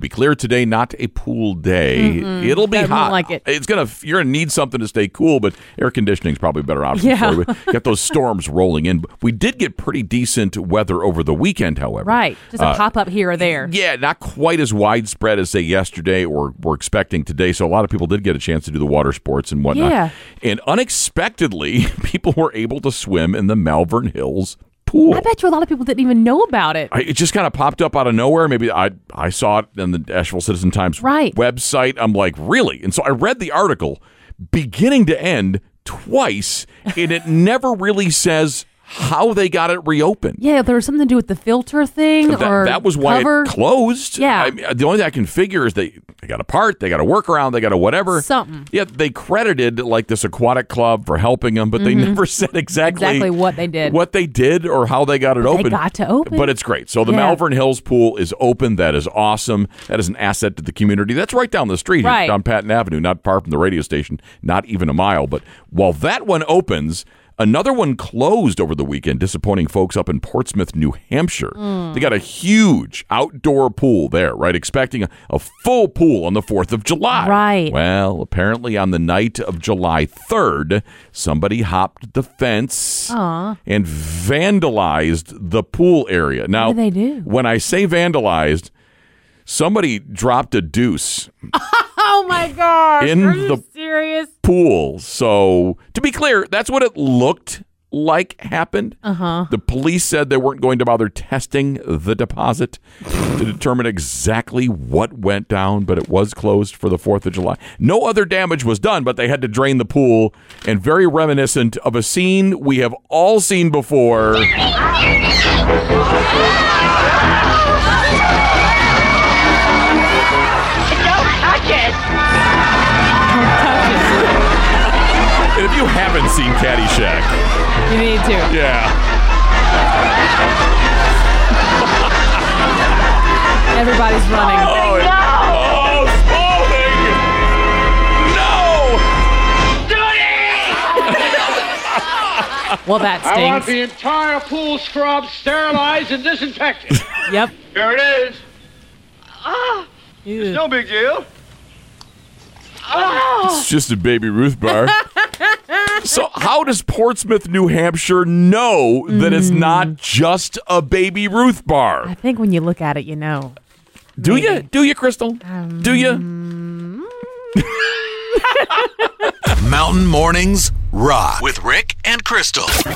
be clear today, not a pool day. It'll be I don't hot. Mm-hmm. like it. It's gonna. You're gonna need something to stay cool, but air conditioning's probably a better option Yeah. for you. We got those storms rolling in. We did get pretty decent weather over the weekend, however. Right. Just a Uh, pop up here or there. Yeah, not quite as widespread as say yesterday or we're expecting today. So a lot of people did get a chance to do the water sports and whatnot. Yeah. And unexpectedly, people were able to swim in the Malvern Hills pool. I bet you a lot of people didn't even know about it. I- it just kind of popped up out of nowhere. Maybe I I saw it in the Asheville Citizen Times Right. website. I'm like, really? And so I read the article, beginning to end, twice, and it never really says how they got it reopened. Yeah, there was something to do with the filter thing But that, or that was why cover, it closed. Yeah. I mean, the only thing I can figure is they, they got a part, they got a workaround, they got a whatever. Something. Mm-hmm. Yeah, they credited like this aquatic club for helping them, but they never said exactly, Mm-hmm. Exactly what they did. what they did or how they got it open. got to open. But it's great. So the Yeah. Malvern Hills pool is open. That is awesome. That is an asset to the community. That's right down the street, here, Right. down Patton Avenue, not far from the radio station, not even a mile. But while that one opens, another one closed over the weekend, disappointing folks up in Portsmouth, New Hampshire. Mm. They got a huge outdoor pool there, right? Expecting a, a full pool on the 4th of July. Right. Well, apparently on the night of July 3rd, somebody hopped the fence and vandalized the pool area. Now, did they do? when I say vandalized, somebody dropped a deuce oh my gosh. In are you the- serious? pool. So, to be clear, that's what it looked like happened. Uh-huh. The police said they weren't going to bother testing the deposit to determine exactly what went down, but it was closed for the 4th of July. No other damage was done, but they had to drain the pool and very reminiscent of a scene we have all seen before. Don't touch it! And if you haven't seen Caddyshack, You need to. yeah, Everybody's running. Oh, it- No! oh, Spalding! No! Well, that I want stinks. the entire pool scrubbed, sterilized, and disinfected. Yep. Here it is. Ah. It's no big deal. It's just a baby Ruth bar. so, how does Portsmouth, New Hampshire know that it's not just a baby Ruth I bar? think when you look at it, you know. Do you? Do you, Crystal? Do you? Mountain Mornings Rock with Rick and Crystal.